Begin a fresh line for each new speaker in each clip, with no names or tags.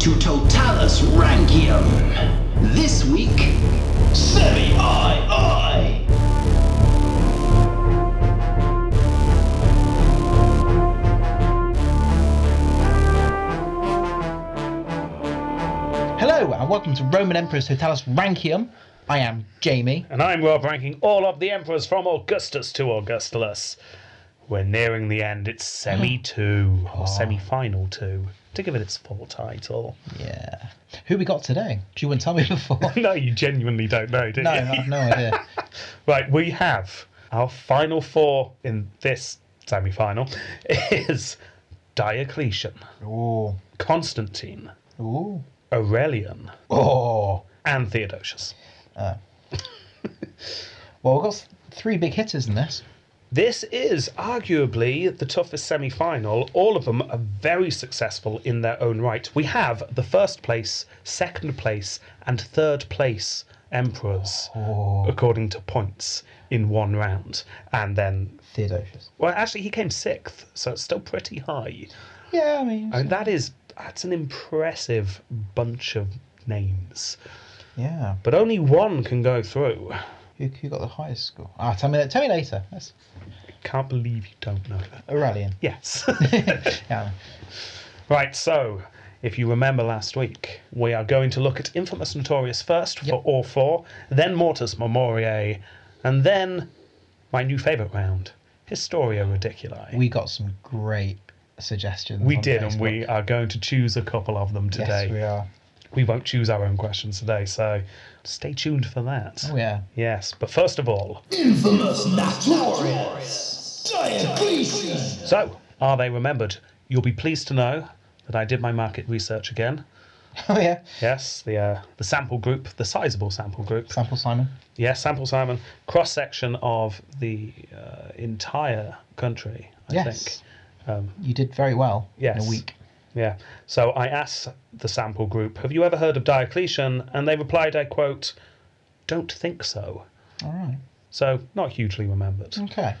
to Totalis Rankium. This week, Semi I I.
Hello and welcome to Roman Emperor's Totalis Rankium. I am Jamie.
And I'm Rob, ranking all of the emperors from Augustus to Augustulus. We're nearing the end. It's semi two,
Oh.
or semi final two, to give it its full title.
Yeah. Who we got today? You wouldn't tell me before. no,
No, you genuinely don't know, do you?
I have no idea.
Right, we have our final four in this semi final is Diocletian,
Ooh.
Constantine,
Oh, Ooh.
Aurelian,
Oh.
and Theodosius.
Well, we've got s- three big hitters in this.
This is arguably the toughest semi final. All of them are very successful in their own right. We have the first place, second place, and third place emperors,
Oh.
according to points, in one round. And then,
Theodosius.
well, actually, he came sixth, so it's still pretty high.
Yeah, I mean,
And that is, that's an impressive bunch of names.
yeah.
But only one can go through.
Who, who got the highest score? Ah, tell me, tell me later. That's
Can't believe you don't know that.
Aurelian.
Yes.
Yeah.
Right, so if you remember last week, we are going to look at Infamous Notorious first for all four, then Mortis Memoriae, and then my new favourite round, Historia Ridiculi.
We got some great suggestions.
We
on
did, and
Facebook.
we are going to choose a couple of them today.
Yes, we are.
We won't choose our own questions today, so stay tuned for that.
Oh, yeah.
Yes, but first of all,
Infamous Notorious Diocletian.
so are they remembered? You'll be pleased to know that I did my market research again.
Oh, yeah.
Yes, the uh, the sample group, the sizable sample group.
Sample Simon.
Yes, sample Simon, cross section of the uh, entire country, I
Yes.
think. um,
you did very well
Yes.
in a week.
Yeah. So I asked the sample group, have you ever heard of Diocletian? And they replied, I quote, don't think so.
All right. Mm.
So not hugely remembered.
Okay.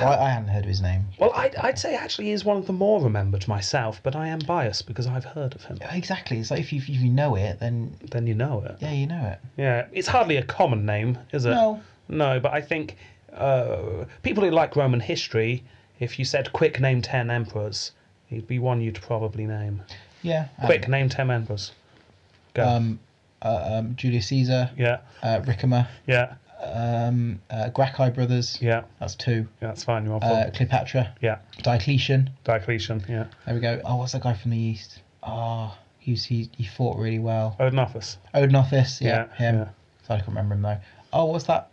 Well, I, I hadn't heard of his name.
Well, I'd, I'd say actually he is one of the more remembered myself, but I am biased because I've heard of him.
Exactly. It's like if you, if you know it, then
Then you know it.
yeah, you know it.
Yeah, it's hardly a common name, is it?
No.
No, but I think uh, people who like Roman history, if you said quick name 10 emperors, it'd be one you'd probably name.
Yeah. I
Quick,
don't
name 10 emperors. Go.
know. Um, uh, um, Julius Caesar,
yeah,
uh, Ricimer,
yeah,
um, uh, Gracchi brothers.
yeah.
That's two.
Yeah, that's fine, you're on
Uh,
four.
Cleopatra,
Yeah,
Diocletian.
Diocletian, yeah.
There we go. Oh, what's that guy from the east? Ah, oh, he's he he fought really well.
Odenathus.
Odenathus. Yeah,
Yeah,
him.
yeah.
So I can't remember him though. Oh, what's that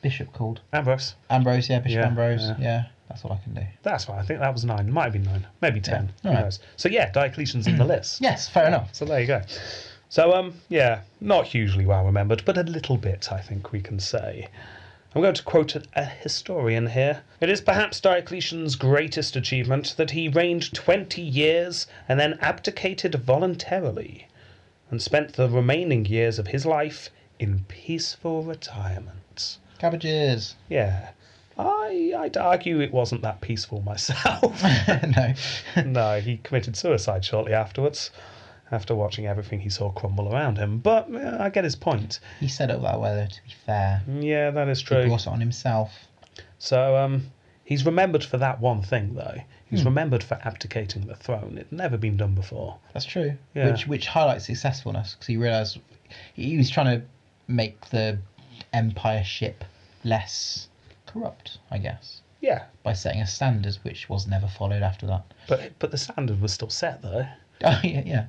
bishop called?
Ambrose.
Ambrose. Yeah, Bishop
Yeah,
Ambrose.
yeah.
Yeah. That's all I can do. That's
That's fine, I think that was nine. Might have been nine, maybe 10.
all
Who
right.
knows? So, yeah, Diocletian's in the list.
yes, fair enough.
So, there you go. So, um, yeah, not hugely well remembered, but a little bit, I think we can say. I'm going to quote a- a historian here. It is perhaps Diocletian's greatest achievement that he reigned 20 years and then abdicated voluntarily and spent the remaining years of his life in peaceful retirement.
Cabbages.
Yeah. I, I'd argue it wasn't that peaceful myself.
no.
no, he committed suicide shortly afterwards, after watching everything he saw crumble around him. But uh, I get his point.
He said it that way, though, to be fair.
Yeah, that is
He
true.
brought it on himself.
So um, he's remembered for that one thing, though. He's remembered for abdicating the throne. It'd never been done before.
That's true.
Yeah.
Which which highlights successfulness because he realised he was trying to make the empire ship less corrupt, I guess,
Yeah,
by setting a standard which was never followed after that.
but but the standard was still set, though.
Oh yeah, yeah,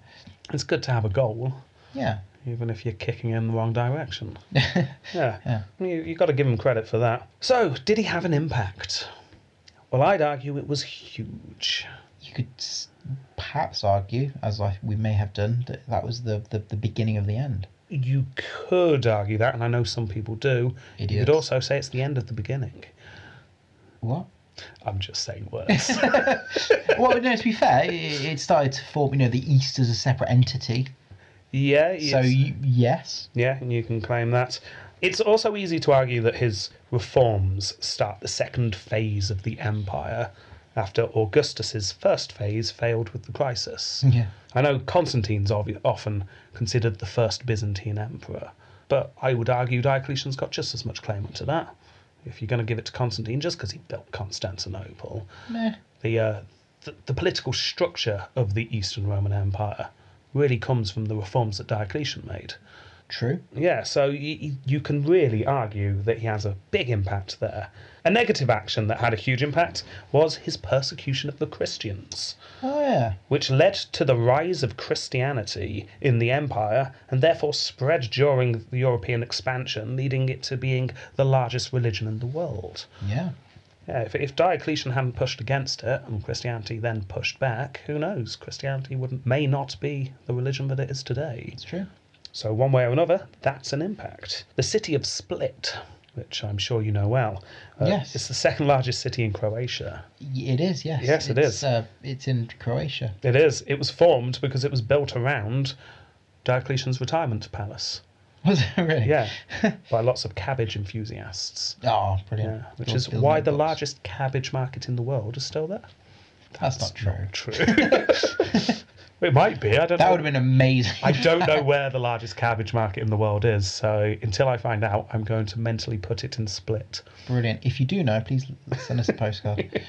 It's good to have a goal,
yeah.
even if you're kicking in the wrong direction. yeah,
Yeah.
you you got to give him credit for that. So, did he have an impact? Well, I'd argue it was huge.
You could s- perhaps argue, as I, we may have done, that that was the, the, the beginning of the end.
You could argue that, and I know some people do. You
Idiots.
could also say it's the end of the beginning.
What?
I'm just saying words.
well, no. To be fair, it, it started to form. You know, the East as a separate entity.
yeah. it's-
So you, yes,
Yeah, and you can claim that. It's also easy to argue that his reforms start the second phase of the empire, after Augustus's first phase failed with the crisis.
Yeah.
I know Constantine's obvi- often considered the first Byzantine emperor, but I would argue Diocletian's got just as much claim to that. If you're going to give it to Constantine just because he built Constantinople,
Meh.
the, uh, the the political structure of the Eastern Roman Empire really comes from the reforms that Diocletian made.
True.
Yeah, so you, you can really argue that he has a big impact there. A negative action that had a huge impact was his persecution of the Christians,
Oh yeah.
which led to the rise of Christianity in the empire and therefore spread during the European expansion, leading it to being the largest religion in the world.
Yeah.
Yeah, if, if Diocletian hadn't pushed against it and Christianity then pushed back, who knows? Christianity would may not be the religion that it is today.
It's true.
So, one way or another, that's an impact. The city of Split, which I'm sure you know well,
Yes.
it's the second largest city in Croatia.
Y- It is. Yes.
Yes, it
it's,
is.
Uh, it's in Croatia.
It is. It was formed because it was built around Diocletian's retirement palace.
Was it really?
Yeah, by lots of cabbage enthusiasts.
Oh, brilliant.
Yeah, which
Build-
is
build
why
new
the
books.
largest cabbage market in the world is still there.
That's not true.
True. it might be. I don't.
That
know.
would have been amazing.
I don't know where the largest cabbage market in the world is, so until I find out, I'm going to mentally put it in Split.
Brilliant. If you do know, please l- send us a postcard.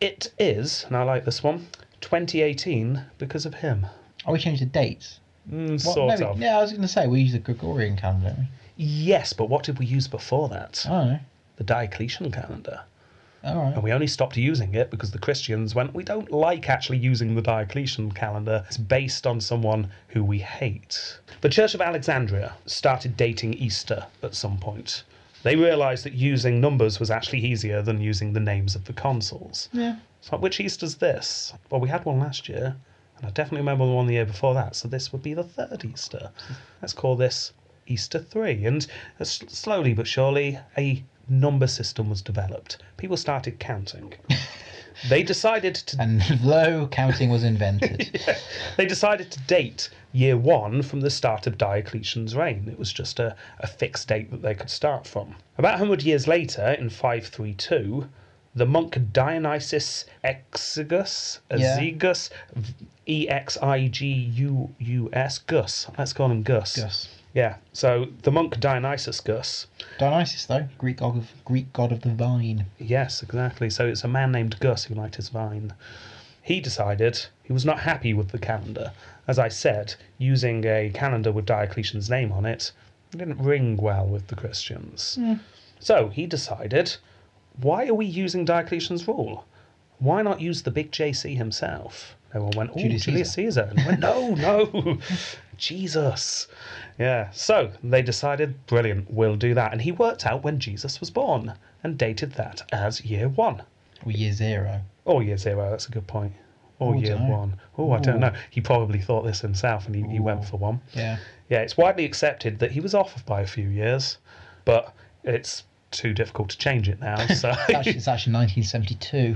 It is, and I like this one, 2018 because of him.
Oh, we changed the dates.
Mm,
What-
sort
no,
of.
we- Yeah, I was going to say we use the Gregorian calendar. Don't we?
Yes, but what did we use before that?
I don't know.
The Diocletian calendar.
All right.
And we only stopped using it because the Christians went, we don't like actually using the Diocletian calendar. It's based on someone who we hate. The Church of Alexandria started dating Easter at some point. They realised that using numbers was actually easier than using the names of the consuls.
Yeah.
It's like, which Easter's this? Well, we had one last year, and I definitely remember the one the year before that, so this would be the third Easter. Let's call this Easter 3. And uh, s- slowly but surely, a number system was developed. People started counting. they decided to
And low counting was invented.
they decided to date year one from the start of Diocletian's reign. It was just a, a fixed date that they could start from. About 100 years later, in 532, the monk Dionysius Exigus,
Yeah.
Exigus, E X I G U U S, Gus, let's call him Gus.
Gus.
Yeah, so the monk Dionysius Gus,
Dionysus, though, Greek god of Greek god of the vine.
Yes, exactly. So it's a man named Gus who liked his vine. He decided he was not happy with the calendar. As I said, using a calendar with Diocletian's name on it didn't ring well with the Christians. So he decided, why are we using Diocletian's rule? Why not use the big JC himself? Everyone went, oh, Julius,
Julius
Caesar. And he went, no, no, Jesus. Yeah, so they decided, brilliant, we'll do that. And he worked out when Jesus was born and dated that as year one.
Or year zero.
Or Oh, year zero, that's a good point. Or
Oh,
year
dunno.
one. Oh, I
Ooh.
don't know. He probably thought this himself and he, he went for one.
Yeah.
Yeah, it's widely accepted that he was off by a few years, but it's too difficult to change it now. So
It's actually, it's actually 1972.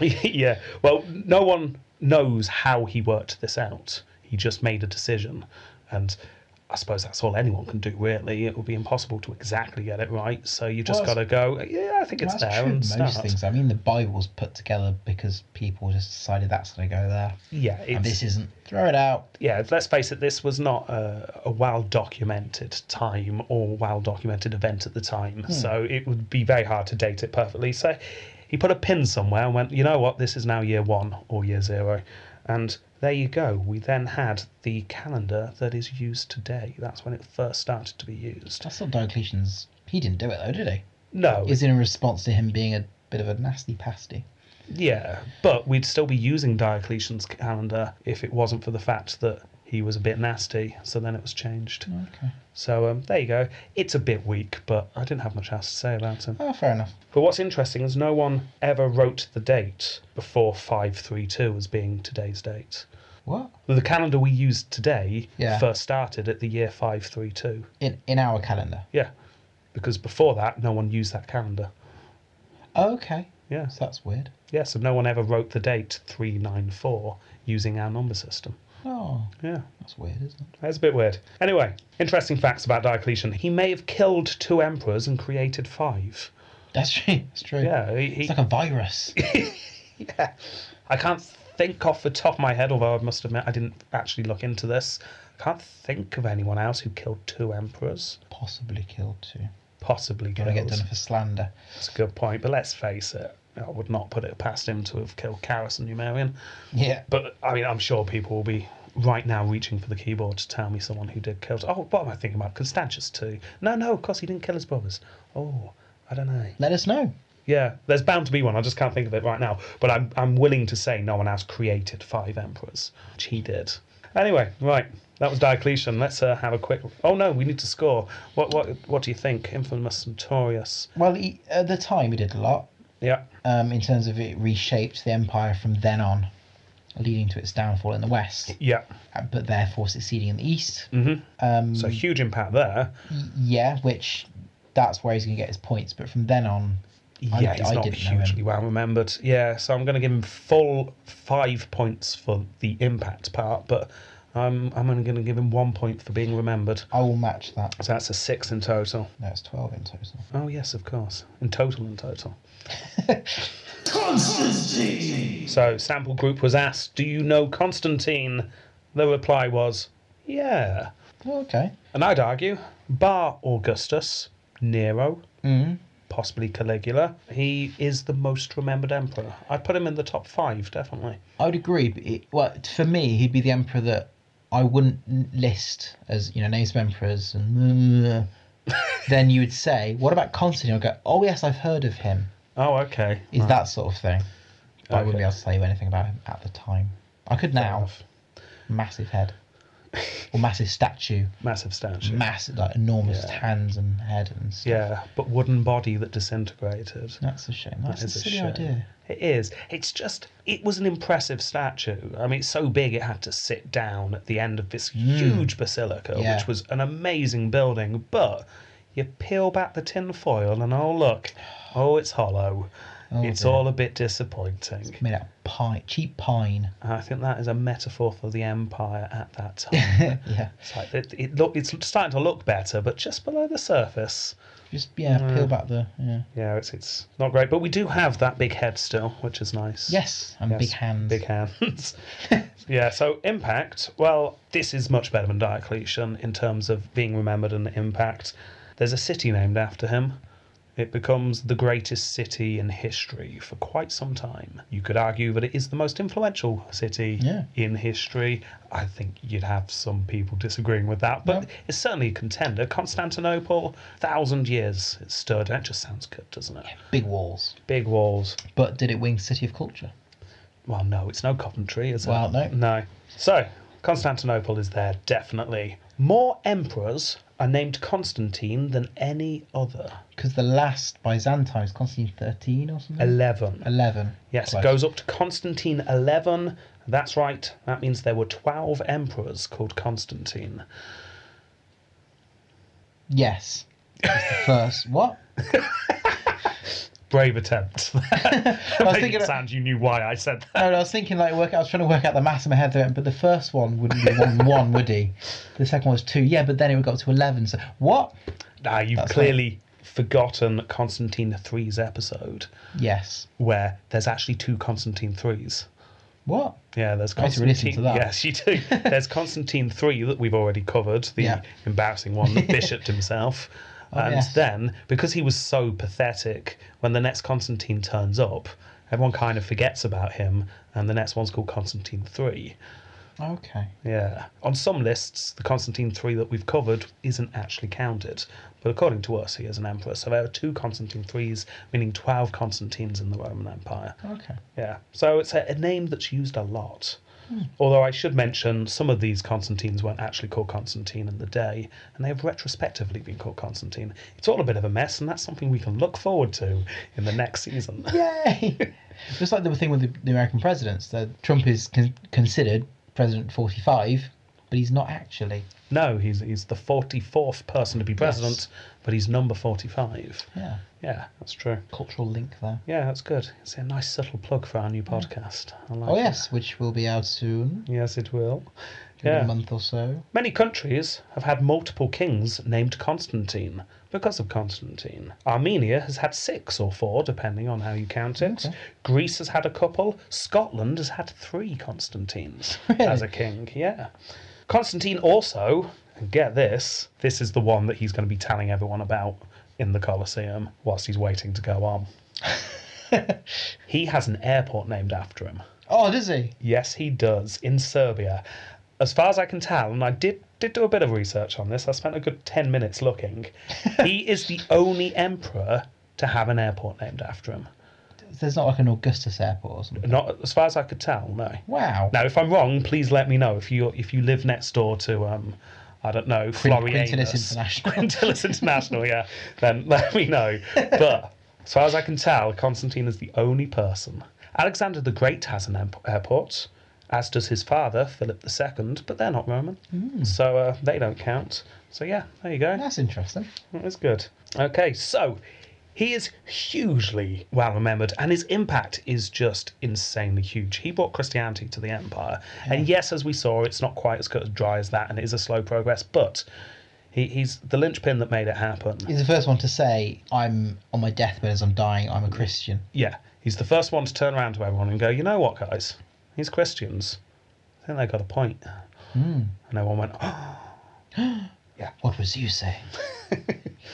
if you-
yeah. Well, no one knows how he worked this out. He just made a decision. And I suppose that's all anyone can do, really. It would be impossible to exactly get it right. So you just
Well,
got to go, yeah, I think it's
Well,
there and
most
start.
things. I mean, the Bible's put together because people just decided that's going to go there.
Yeah,
And
it's,
this isn't. Throw it out.
yeah, let's face it, this was not a, a well documented time or well documented event at the time. So it would be very hard to date it perfectly. So he put a pin somewhere and went, you know what, this is now year one or year zero. And there you go. We then had the calendar that is used today. That's when it first started to be used.
That's not Diocletian's. He didn't do it, though, did he?
No,
Is it in response to him being a bit of a nasty pasty?
yeah, but we'd still be using Diocletian's calendar if it wasn't for the fact that he was a bit nasty. So then it was changed.
Oh, Okay.
So um, there you go. It's a bit weak, but I didn't have much else to say about him.
Oh, fair enough.
But what's interesting is no one ever wrote the date before 532 as being today's date.
What?
The calendar we use today
Yeah.
first started at the year 532.
In in our calendar.
Yeah, because before that, no one used that calendar.
Oh, okay.
Yeah,
So that's weird.
yeah, so no one ever wrote the date 394 using our number system.
Oh,
Yeah.
that's weird, isn't it?
That's a bit weird. Anyway, interesting facts about Diocletian. He may have killed two emperors and created five.
That's true. That's true.
Yeah, he, he,
It's like a virus.
yeah. I can't think off the top of my head, although I must admit I didn't actually look into this. I can't think of anyone else who killed two emperors.
Possibly killed too.
Possibly
Gonna
killed.
get done for slander.
That's a good point, but let's face it. I would not put it past him to have killed Karas and Numerian.
Yeah.
But I mean, I'm sure people will be right now reaching for the keyboard to tell me someone who did kill. Oh, what am I thinking about? Constantius too. No, no, of course he didn't kill his brothers. Oh, I don't know.
Let us know.
Yeah, there's bound to be one. I just can't think of it right now. But I'm I'm willing to say no one else created five emperors, which he did. Anyway, right. That was Diocletian. Let's uh, have a quick. Oh no, we need to score. What what what do you think? Infamous Centaurus.
Well, he, at the time, he did a lot
Yeah.
um, in terms of it reshaped the empire from then on, leading to its downfall in the west,
Yeah.
uh, but therefore succeeding in the east.
Mhm.
Um,
So huge impact there.
yeah, which that's where he's going to get his points. But from then on, I-
Yeah, he's
I
not
didn't know him.
hugely well remembered. Yeah, so I'm going to give him full five points for the impact part, but I'm I'm only going to give him one point for being remembered.
I will match that.
So that's a six in total.
No, it's twelve in total.
Oh yes, of course, in total, in total.
Constantine!
So sample group was asked, "Do you know Constantine?" The reply was, "Yeah,"
Oh, Okay.
and I'd argue, bar Augustus, Nero,
Mm.
possibly Caligula, he is the most remembered emperor. I'd put him in the top five, definitely.
I would agree. But it, well, for me, he'd be the emperor that I wouldn't n- list as you know names of emperors and. then you would say, "What about Constantine?" I'd go, "Oh yes, I've heard of him."
Oh, okay.
Is
Right.
that sort of thing. But I wouldn't
Okay.
be able to tell you anything about him at the time. I could now.
enough.
Massive head. or massive statue.
massive statue?
Massive, like enormous
Yeah.
hands and head and stuff.
yeah, but wooden body that disintegrated.
That's a shame. That's
is
a
a
silly
shame.
idea.
It is. It's just, it was an impressive statue. I mean, it's so big it had to sit down at the end of this huge basilica,
Mm. Yeah.
which was an amazing building. But you peel back the tin foil and oh, look, oh, it's hollow.
Oh,
it's
dear.
all a bit disappointing.
Made out of pine, cheap pine.
I think that is a metaphor for the empire at that time.
yeah.
it's like it, it look, it's starting to look better, but just below the surface.
Just, yeah, peel back the. Yeah.
Yeah, it's it's not great, but we do have that big head still, which is nice.
Yes, and
Yes,
big hands.
Big hands. yeah, so impact. Well, this is much better than Diocletian in terms of being remembered and impact. There's a city named after him. It becomes the greatest city in history for quite some time. You could argue that it is the most influential city
Yeah.
in history. I think you'd have some people disagreeing with that, but
Yeah.
it's certainly a contender. Constantinople, thousand years it stood. That just sounds good, doesn't it?
Big walls.
Big walls,
But did it wing City of Culture?
Well, no, it's no Coventry, is
Well,
it?
no.
No. So, Constantinople is there, definitely. More emperors are named Constantine than any other.
Because the last Byzantine was Constantine 13 or something?
11.
11.
Yes,
Close.
it goes up to Constantine 11. That's right. That means there were 12 emperors called Constantine.
Yes. It's the first. What?
Brave attempt.
I was
Making
thinking.
it sound you knew why I said that.
No, no, I was thinking like work. I was trying to work out the maths in my head there, but the first one wouldn't be one, one would he? The second one was two, yeah, but then it would go up to eleven. So what?
Nah, you've
That's
clearly forgotten Constantine 3's episode,
Yes.
where there's actually two Constantine 3's.
What?
Yeah, there's
I need to listen
Constantine.
to that.
Yes, you do. There's Constantine three that we've already covered, the
Yeah. Oh,
embarrassing one that bishopped himself. and
yes.
then, because he was so pathetic, when the next Constantine turns up, everyone kind of forgets about him, and the next one's called Constantine three.
Okay.
Yeah. On some lists, the Constantine three that we've covered isn't actually counted, but according to us, he is an emperor. So there are two Constantine threes, meaning twelve Constantines in the Roman Empire.
Okay.
Yeah. So it's a, a name that's used a lot. Although I should mention some of these Constantines weren't actually called Constantine in the day, and they have retrospectively been called Constantine. It's all a bit of a mess, and that's something we can look forward to in the next season.
Yay! Just like the thing with the, the American presidents, that Trump is con- considered president forty-five, but he's not actually.
No, he's, he's the 44th person to be president, but he's number 45.
Yeah.
Yeah, that's true.
Cultural link there.
Yeah, that's good. It's a nice subtle plug for our new podcast. I like
Oh
it.
yes, which will be out soon.
Yes, it will.
in
Yeah.
a month or so.
Many countries have had multiple kings named Constantine because of Constantine. Armenia has had six or four, depending on how you count it.
Okay.
Greece has had a couple. Scotland has had three Constantines as a king. Yeah. Constantine also, and get this, this is the one that he's going to be telling everyone about in the Colosseum whilst he's waiting to go on. he has an airport named after him.
Oh, does he?
Yes, he does in Serbia. As far as I can tell, and I did did do a bit of research on this. I spent a good ten minutes looking. he is the only emperor to have an airport named after him.
There's not like an Augustus airport or something.
Not as far as I could tell. No.
Wow.
Now, if I'm wrong, please let me know. If you if you live next door to um, I don't know, Florianus
Quintilis International.
Quintilis International, yeah. Then let me know. But as far as I can tell, Constantine is the only person. Alexander the Great has an amp- airport, as does his father Philip II, but they're not Roman,
Mm.
so uh, they don't count. So yeah, there you go.
That's interesting.
That's good. Okay, so he is hugely well remembered, and his impact is just insanely huge. He brought Christianity to the empire, and yes, as we saw, it's not quite as cut as dry as that, and it is a slow progress, but he, he's the linchpin that made it happen.
He's the first one to say, "I'm on my deathbed as I'm dying. I'm a Christian."
Yeah, he's the first one to turn around to everyone and go, you know what, guys, these Christians, I think they got a point.
Hmm.
And everyone went, oh,
What was you saying? he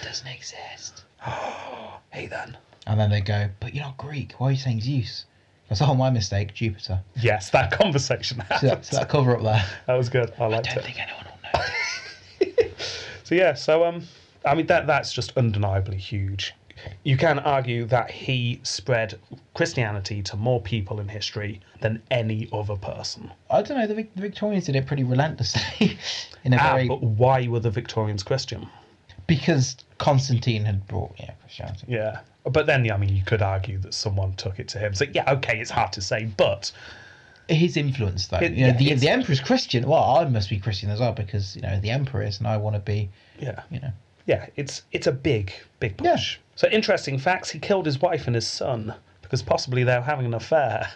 doesn't exist.
hey then.
And then they go, "But you're not Greek. Why are you saying Zeus?" That's oh, my mistake, Jupiter.
Yes, that conversation
So
happened.
that, so that cover up there.
That was good. I liked
I
it.
don't think anyone will know.
So yeah, so um, I mean that that's just undeniably huge. You can argue that he spread Christianity to more people in history than any other person.
I don't know. The, Vic- the Victorians did it pretty relentlessly, in a
Ah,
very
but why were the Victorians Christian?
because Constantine had brought yeah Christianity.
Yeah, but then yeah, I mean you could argue that someone took it to him. So yeah, okay, it's hard to say, but
his influence though.
It-
you know,
yeah,
the
it's-
the emperor's Christian. Well, I must be Christian as well because you know the emperor is, and I want to be.
yeah,
You know,
yeah, it's it's a big big
Yeah.
push. So interesting facts: he killed his wife and his son because possibly they were having an affair.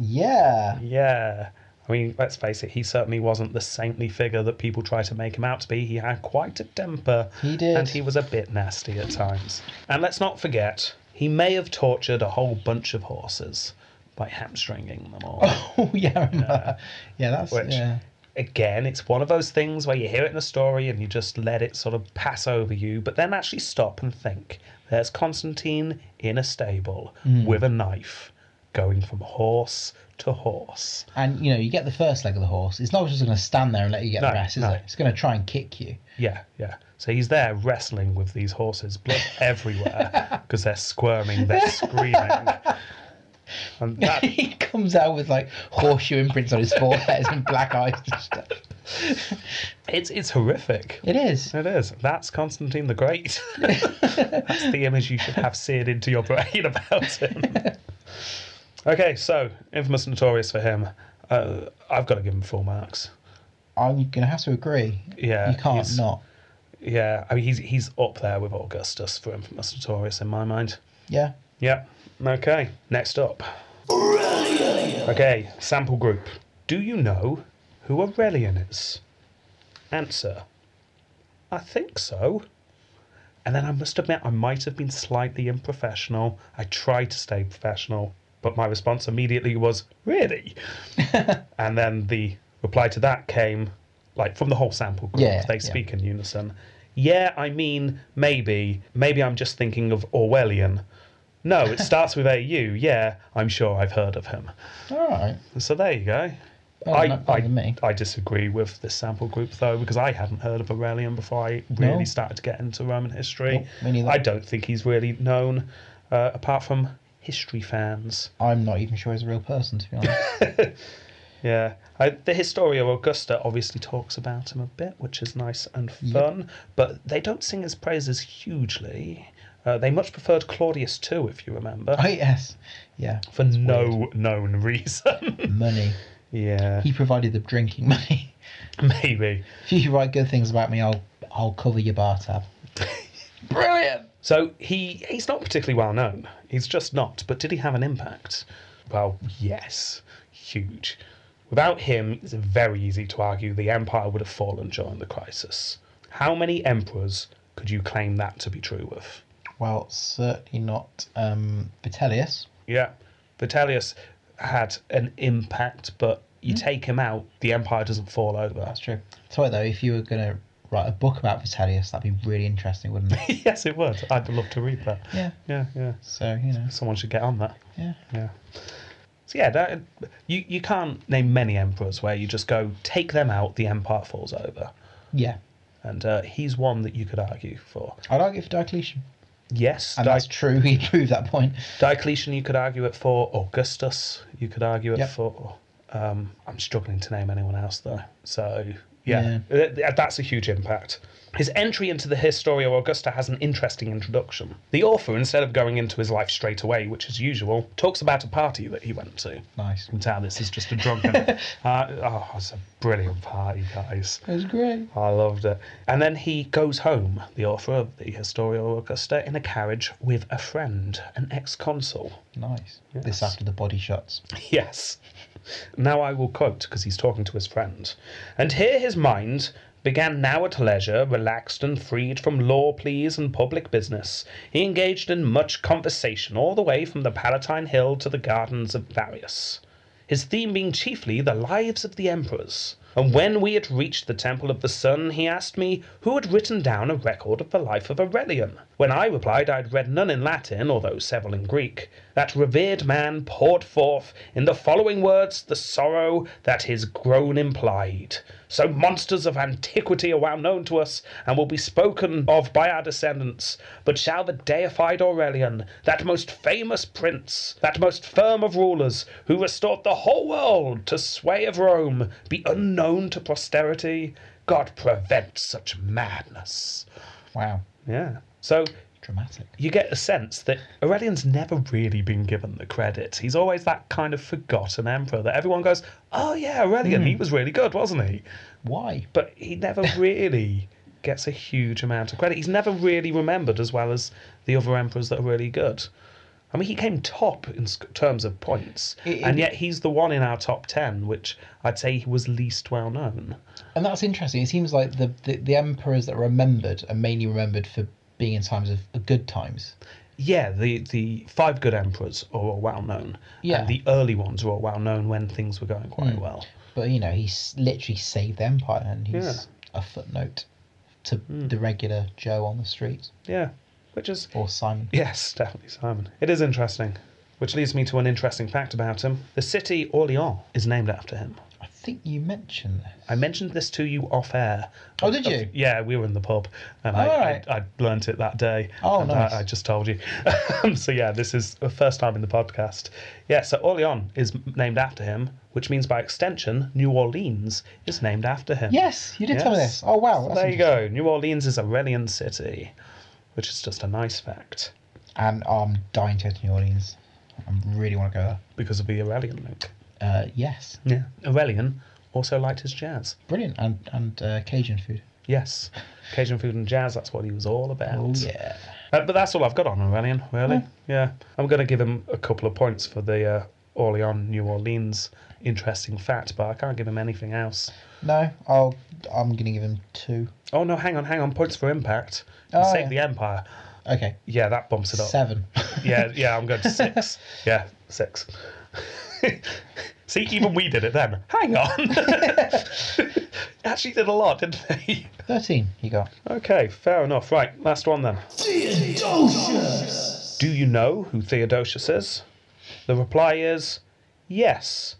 yeah,
Yeah. I mean, let's face it, he certainly wasn't the saintly figure that people try to make him out to be. He had quite a temper.
He did.
And he was a bit nasty at times. And let's not forget, he may have tortured a whole bunch of horses by hamstringing them all.
oh yeah, I remember. yeah. That's
Which-
yeah.
Again, it's one of those things where you hear it in a story and you just let it sort of pass over you, but then actually stop and think. There's Constantine in a stable
Hmm.
with a knife going from horse to horse.
And you know, you get the first leg of the horse. It's not just going to stand there and let you get
No,
the rest, is
no.
it? It's going to try and kick you.
Yeah, yeah. So he's there wrestling with these horses, blood everywhere, because they're squirming, they're screaming. And that,
he comes out with like horseshoe imprints on his forehead and black eyes and stuff.
it's it's horrific.
It is.
It is. That's Constantine the Great. That's the image you should have seared into your brain about him. Okay, so infamous, notorious for him. Uh, I've got to give him full marks.
I'm going to have to agree.
Yeah,
you can't
he's-
not.
Yeah, I mean he's he's up there with Augustus for infamous, notorious in my mind.
Yeah.
Yep. Okay. Next up.
Aurelian.
Okay, sample group. Do you know who Aurelian is? Answer. I think so. And then I must admit, I might have been slightly unprofessional. I tried to stay professional, but my response immediately was, Really? and then the reply to that came, like, from the whole sample group.
Yeah,
they
yeah.
speak in unison. Yeah, I mean, maybe. Maybe I'm just thinking of Orwellian. No, it starts with AU. Yeah, I'm sure I've heard of him.
All right.
So there you go.
Well,
I,
Oh, not- not
I,
with me.
I disagree with this sample group though because I hadn't heard of Aurelian before I really
No.
started to get into Roman history.
No, me neither.
I don't think he's really known uh, apart from history fans.
I'm not even sure he's a real person, to be honest.
Yeah, I, the Historia Augusta obviously talks about him a bit, which is nice and
Yep.
fun, but they don't sing his praises hugely. Uh, they much preferred Claudius too, if you remember,
oh, yes. Yeah.
for no known reason.
Money.
yeah,
He provided the drinking money.
maybe.
If you write good things about me, I'll I'll cover your bar tab. Brilliant.
So he he's not particularly well known. He's just not. But did he have an impact? Well, yes, huge. Without him, it's very easy to argue the empire would have fallen during the crisis. How many emperors could you claim that to be true of?
Well, certainly not um, Vitellius.
Yeah, Vitellius had an impact, but you take him out, the empire doesn't fall over.
That's true. Tell you though, if you were going to write a book about Vitellius, that'd be really interesting, wouldn't it?
yes, it would. I'd love to read that.
yeah.
Yeah, yeah.
So you know,
Someone should get on that.
yeah.
Yeah. So yeah, that, you you can't name many emperors where you just go take them out, the empire falls over,
Yeah.
and uh, he's one that you could argue for.
I'd argue for Diocletian.
Yes,
And
Di-
that's true, he proved that point.
Diocletian you could argue it for, Augustus you could argue it
Yep.
for. Um, I'm struggling to name anyone else though. So yeah, Uh, Th- that's a huge impact. His entry into the Historia Augusta has an interesting introduction. The author, instead of going into his life straight away, which is usual, talks about a party that he went to.
Nice.
can tell this is just a drunken. uh, oh, it's a brilliant party, guys.
It was great.
I loved it. And then he goes home, the author of the Historia Augusta, in a carriage with a friend, an ex consul.
Nice.
Yes.
This after the body shots.
Yes. Now I will quote, because he's talking to his friend. And here his mind began now at leisure, relaxed and freed from law pleas and public business. He engaged in much conversation all the way from the Palatine Hill to the gardens of Varius. His theme being chiefly the lives of the emperors. And when we had reached the Temple of the Sun, he asked me who had written down a record of the life of Aurelian. When I replied I had read none in Latin, although several in Greek, that revered man poured forth in the following words the sorrow that his groan implied. So monsters of antiquity are well known to us, and will be spoken of by our descendants. But shall the deified Aurelian, that most famous prince, that most firm of rulers, who restored the whole world to sway of Rome, be unknown to posterity? God prevent such madness.
Wow.
Yeah. So
Dramatic.
you get a sense that Aurelian's never really been given the credit. He's always that kind of forgotten emperor that everyone goes, "Oh yeah, Aurelian, he was really good, wasn't he?"
Why?
but he never really gets a huge amount of credit. He's never really remembered as well as the other emperors that are really good. I mean, he came top in sc- terms of points,
It-
and
it-
yet he's the one in our top ten, which I'd say he was least well known.
And that's interesting. It seems like the, the, the emperors that are remembered are mainly remembered for being in times of of good times.
Yeah, the, the five good emperors are all well known.
Yeah.
And the early ones were all well known when things were going quite well.
But you know, he's literally saved the empire and he's a footnote to
Hmm.
the regular Joe on the street
Yeah. Which is
or Simon.
Yes, definitely Simon. It is interesting. Which leads me to an interesting fact about him. The city Orleans is named after him.
I think you mentioned this.
I mentioned this to you off air.
Oh, did you?
Yeah, we were in the pub, and I,
All right.
I, I learnt it that day.
Oh,
and
nice.
I, I just told you. Um, so yeah, this is the first time in the podcast. Yeah, so Orleans is m- named after him, which means by extension, New Orleans is named after him.
Yes, you did tell me
Yes.
this. Oh wow,
So
that's
there you go. New Orleans is Aurelian city, which is just a nice fact
And I'm dying to go to New Orleans. I really want to go
because of the Aurelian link.
there. Uh, yes,
Yeah. Aurelian also liked his jazz.
brilliant. And and uh, Cajun food.
Yes. Cajun food and jazz, that's what he was all about.
Oh, yeah.
Uh, but that's all I've got on Aurelian, really.
Oh.
Yeah. I'm going to give him a couple of points for the uh, Orleans, New Orleans interesting fact, but I can't give him anything else.
No, I'll. I'm gonna give him two.
Oh, no, hang on, hang on. Points for impact. He
Oh,
saved
yeah.
the empire.
Okay,
Yeah, that bumps it up.
seven.
Yeah, yeah, I'm going to six. yeah, six. See, even we did it then. Hang on. Actually, did a lot, didn't they?
Thirteen. You got.
Okay, fair enough. Right, last one then.
Theodosius!
Do you know who Theodosius is? The reply is yes,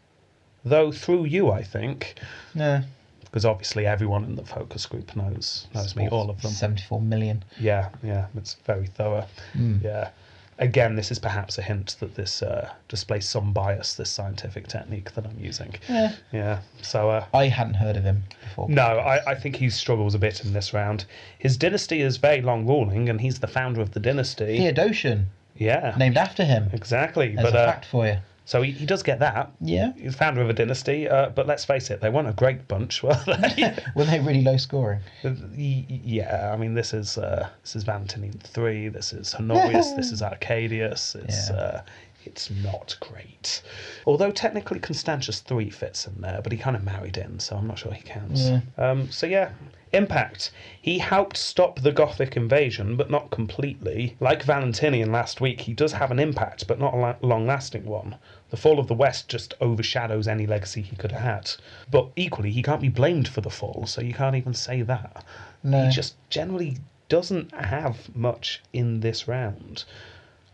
though through you, I think,
No.
because obviously everyone in the focus group knows knows me, all of them.
Seventy-four million.
Yeah, yeah, it's very thorough. Yeah. Again, this is perhaps a hint that this uh, displays some bias, this scientific technique that I'm using.
Yeah.
Yeah. So, uh,
I hadn't heard of him before.
No, I, I think he struggles a bit in this round. His dynasty is very long ruling, and he's the founder of the dynasty.
Theodosian,
Yeah,
named after him.
exactly.
There's
but
a
uh,
fact for you.
so he, he does get that.
Yeah.
He's founder of a dynasty, uh, but let's face it, they weren't a great bunch, were they?
Were they really low scoring?
Y- yeah, I mean, this is uh, this is Valentinian III, this is Honorius, this is Arcadius. It's,
Yeah.
uh, It's not great. Although technically Constantius III fits in there, but he kind of married in, so I'm not sure he counts.
Yeah.
Um, so yeah, impact. He helped stop the Gothic invasion, but not completely. Like Valentinian last week, he does have an impact, but not a la- long-lasting one. The fall of the West just overshadows any legacy he could have had. But equally, he can't be blamed for the fall, so you can't even say that.
No.
He just generally doesn't have much in this round.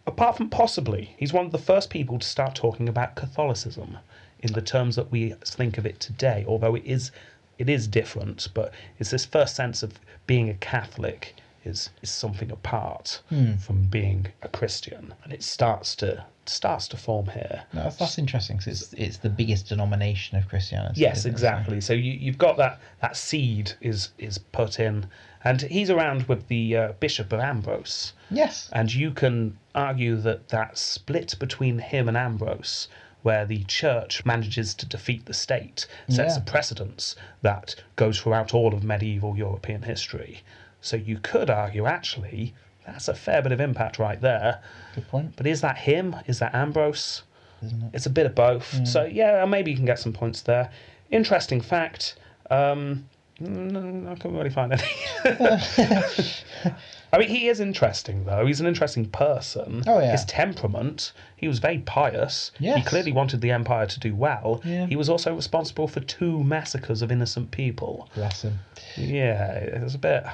Apart from possibly, he's one of the first people to start talking about Catholicism in the terms that we think of it today, although it is it is different, but it's this first sense of being a Catholic is, is something apart from being a Christian. And it starts to starts to form here.
No, that's, that's interesting because it's, it's the biggest denomination of Christianity.
Yes,
isn't it?
exactly. So you, you've got that that seed is is put in, and he's around with the uh, Bishop of Ambrose,
Yes.
and you can argue that that split between him and Ambrose, where the church manages to defeat the state, sets
Yeah.
a precedence that goes throughout all of medieval European history. So you could argue actually that's a fair bit of impact right there.
Good point.
But is that him? Is that Ambrose? It's a bit of both.
Mm.
So yeah, maybe you can get some points there. Interesting fact. Um, mm, I couldn't really find any. I mean, he is interesting though. He's an interesting person.
Oh, yeah.
His temperament. He was very pious. He
Yes.
clearly wanted the empire to do well.
Yeah.
He was also responsible for two massacres of innocent people.
Bless him.
Yeah, it was a bit,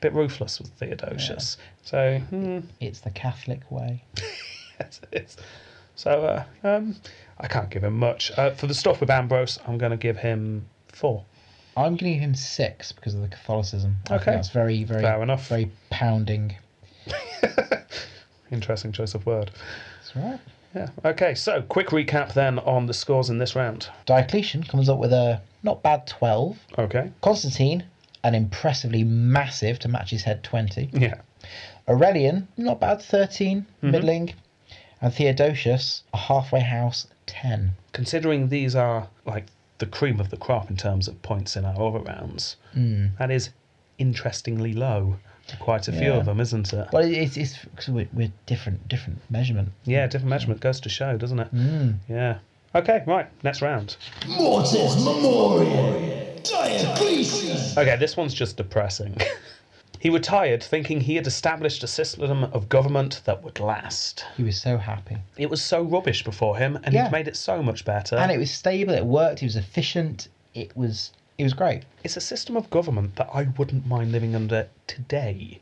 bit ruthless with Theodosius. So. hmm.
It's the Catholic way.
Yes, it is. So uh, um, I can't give him much. Uh, for the stuff with Ambrose, I'm going to give him four.
I'm going to give him six because of the Catholicism. I think
Okay.
that's very, very,
Fair enough.
very pounding.
Interesting choice of word.
That's right.
Yeah. Okay. So quick recap then on the scores in this round.
Diocletian comes up with a not bad 12.
Okay.
Constantine, an impressively massive to match his head 20.
Yeah.
Aurelian, not bad 13, middling. And Theodosius, a halfway house 10.
Considering these are like the cream of the crop in terms of points in our other rounds, that is interestingly low. for Quite a few
Yeah.
of them, isn't it?
Well, it- it's it's because we're, we're different, different measurement.
Yeah, different measurement goes to show, doesn't it? Yeah. Okay, right, next round.
Mortis Memoriae. Diocletian.
Okay, this one's just depressing. he retired thinking he had established a system of government that would last.
He was so happy,
It was so rubbish before him, and
Yeah.
he'd made it so much better.
and it was stable. It worked. It was efficient. It was it was great.
it's a system of government that I wouldn't mind living under today.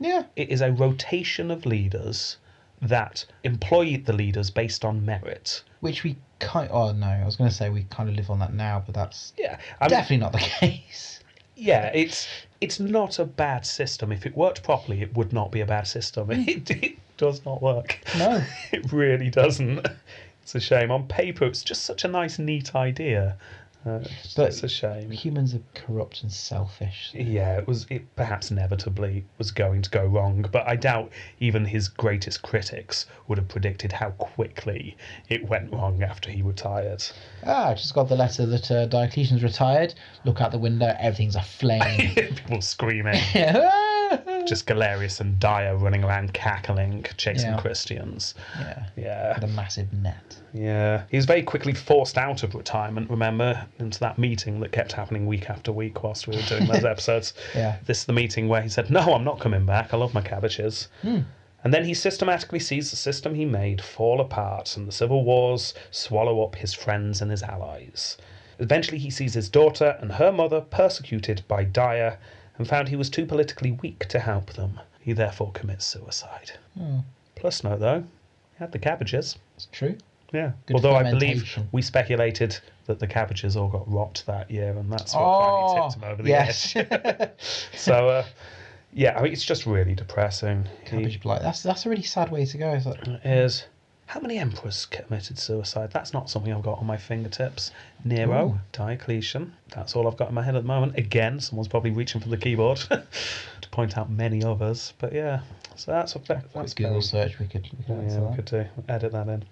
Yeah,
It is a rotation of leaders that employ the leaders based on merit.
which we kind. Oh no, I was going to say we kind of live on that now, but that's
Yeah, I mean,
definitely not the case.
yeah, it's it's not a bad system. If it worked properly, it would not be a bad system. It, it does not work.
No.
it really doesn't. It's a shame. On paper, it's just such a nice, neat idea. Uh, it's-
But-
it's a shame.
Humans are corrupt and selfish.
Yeah, it was. It perhaps inevitably was going to go wrong, but I doubt even his greatest critics would have predicted how quickly it went wrong after he retired.
Ah, I just got the letter that uh, Diocletian's retired. Look out the window, everything's aflame.
People screaming,
yeah.
just Galerius and Dyer running around cackling, chasing
Yeah.
Christians.
yeah,
Yeah.
the massive net.
Yeah, he was very quickly forced out of retirement, remember, into that meeting that kept happening week after week whilst we were doing those episodes.
Yeah.
This is the meeting where he said, No, I'm not coming back. I love my cabbages. And then he systematically sees the system he made fall apart and the civil wars swallow up his friends and his allies. Eventually, he sees his daughter and her mother persecuted by Dyer and found he was too politically weak to help them. He therefore commits suicide. Plus, note though, he had the cabbages.
It's true.
Yeah.
Good
Although I believe
fermentation.
we speculated that the cabbages all got rot that year, and that's what finally tipped him over the
Oh, yes.
edge. so, uh, yeah, I mean, it's just really depressing.
Cabbage blight. That's that's a really sad way to go. It's like,
He is. How many emperors committed suicide? That's not something I've got on my fingertips. Nero,
Ooh.
Diocletian. That's all I've got in my head at the moment. Again, someone's probably reaching for the keyboard to point out many others. But yeah, so that's a that's
quick Google
very-
search. We could. We could
yeah,
answer
we
that.
could do. Edit that in.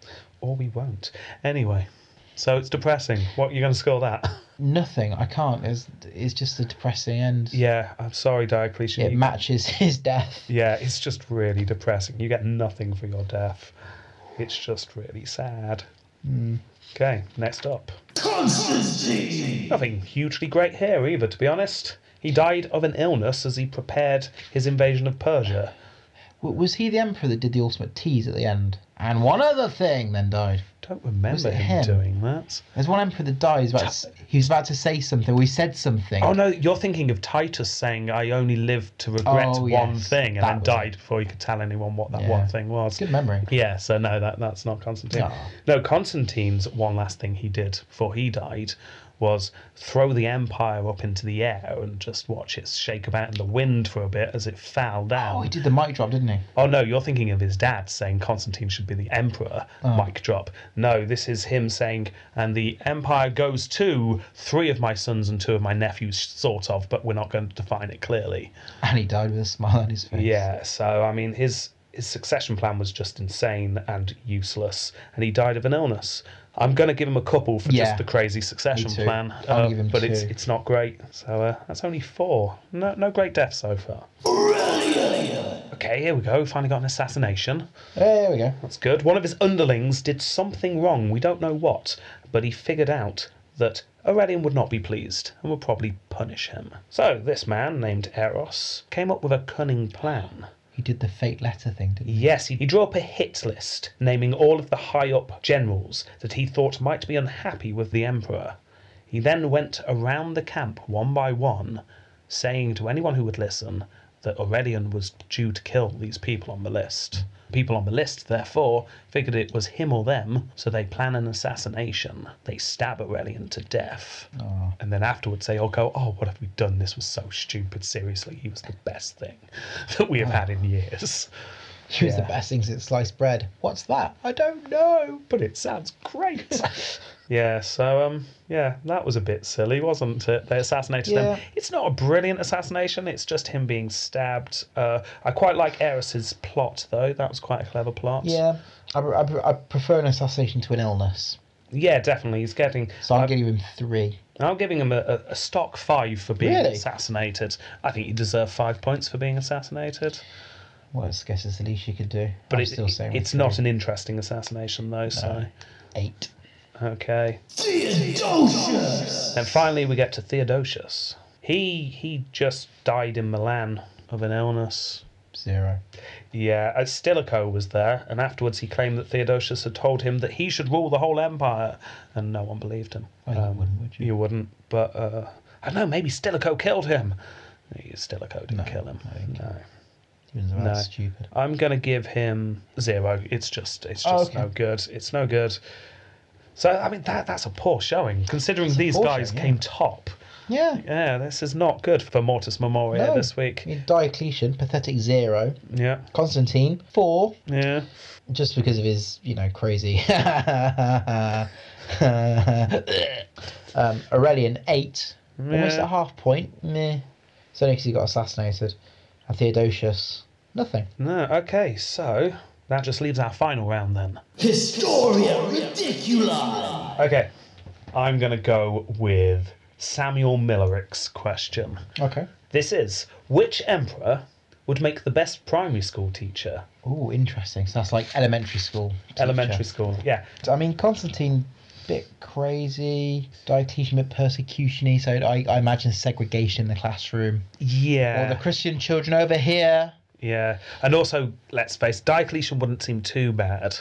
Or we won't. Anyway, so it's depressing. What are you going to score that?
Nothing. I can't. It's, it's just a depressing end.
yeah, I'm sorry, Diocletian.
It
You-
matches his death.
yeah, it's just really depressing. You get nothing for your death. It's just really sad. Okay, next up.
Constantine!
Nothing hugely great here either, to be honest. He died of an illness as he prepared his invasion of Persia.
W- was he the emperor that did the ultimate tease at the end? And one other thing, then died.
Don't remember
it
him,
him?
doing that.
There's one emperor that dies. About to s- he was about to say something. We said something.
Oh no, you're thinking of Titus saying, "I only lived to regret
Oh,
one
yes,
thing," and
that
then
was
died before he could tell anyone what that
Yeah.
one thing was.
Good memory.
Yeah, so no, that that's not Constantine.
No.
No, Constantine's one last thing he did before he died was throw the empire up into the air and just watch it shake about in the wind for a bit as it fell down.
Oh, he did the mic drop, didn't he?
Oh no, you're thinking of his dad saying Constantine should be the emperor.
Ah.
Mic drop. No, this is him saying, and the empire goes to three of my sons and two of my nephews, sort of, but we're not going to define it clearly.
And he died with a smile on his face.
Yeah, so I mean, his his succession plan was just insane and useless, and he died of an illness. I'm going to give him a couple for
Yeah.
just the crazy succession
Me too.
plan,
I'll
uh,
give him
but it's
two.
it's not great. So uh, that's only four. No no great deaths so far.
Aurelia!
Okay, here we go. Finally got an assassination.
There we go.
That's good. One of his underlings did something wrong, we don't know what, but he figured out that Aurelian would not be pleased and would probably punish him. So this man, named Eros, came up with a cunning plan.
He did the fake letter thing, didn't he?
Yes, he he drew up a hit list naming all of the high up generals that he thought might be unhappy with the emperor. He then went around the camp one by one, saying to anyone who would listen that Aurelian was due to kill these people on the list. People on the list, therefore, figured it was him or them, so they plan an assassination. They stab Aurelian to death. And then afterwards, they all go, Oh, what have we done? This was so stupid. Seriously, he was the best thing that we have had in years.
He was
Yeah.
the best thing since sliced bread. What's that?
I don't know, but it sounds great. yeah, so um yeah, that was a bit silly, wasn't it? They assassinated him.
Yeah.
It's not a brilliant assassination, it's just him being stabbed. Uh I quite like Eris's plot though. That was quite a clever plot.
Yeah. I, pre- I, pre- I prefer an assassination to an illness.
Yeah, definitely. He's getting
So I'm
I-
giving him three.
I'm giving him a, a, a stock five for being
Really?
assassinated. I think he deserved five points for being assassinated.
Well, I guess it's the least you could do.
But
I'm
it-
still saying
it's not an interesting assassination though, so
eight.
okay.
Theodosius!
And finally, we get to Theodosius. He he just died in Milan of an illness.
Zero.
Yeah, uh, Stilicho was there, and afterwards he claimed that Theodosius had told him that he should rule the whole empire, and no one believed him. Um,
Well, you wouldn't, would you?
You wouldn't, but uh, I don't know. Maybe Stilicho killed him. Stilicho didn't kill him. No,
Humans are
No.
that stupid.
I'm gonna give him zero. It's just it's
Oh,
just
okay.
no good. It's no good. So I mean that that's a poor showing considering
It's a
these
poor
guys
showing, yeah.
came top.
Yeah.
Yeah, this is not good for Mortis Memoria
No.
this week.
I mean, Diocletian, pathetic zero.
Yeah,
Constantine, four,
yeah.
just because of his, you know, crazy. um, Aurelian, eight. Almost
Yeah.
a half point. Meh. It's only because he got assassinated. And Theodosius, nothing.
No, okay, so that just leaves our final round then.
Historia Ridicula!
Okay, I'm gonna go with Samuel Millerick's question.
Okay.
This is which emperor would make the best primary school teacher?
Oh, interesting. So that's like elementary school. teacher.
Elementary school. Yeah,
I mean, Constantine, bit crazy. Diocletian, bit persecutiony. So I, I imagine segregation in the classroom. Or the
yeah,
Christian children over here.
yeah. And also, let's face it, Diocletian wouldn't seem too bad,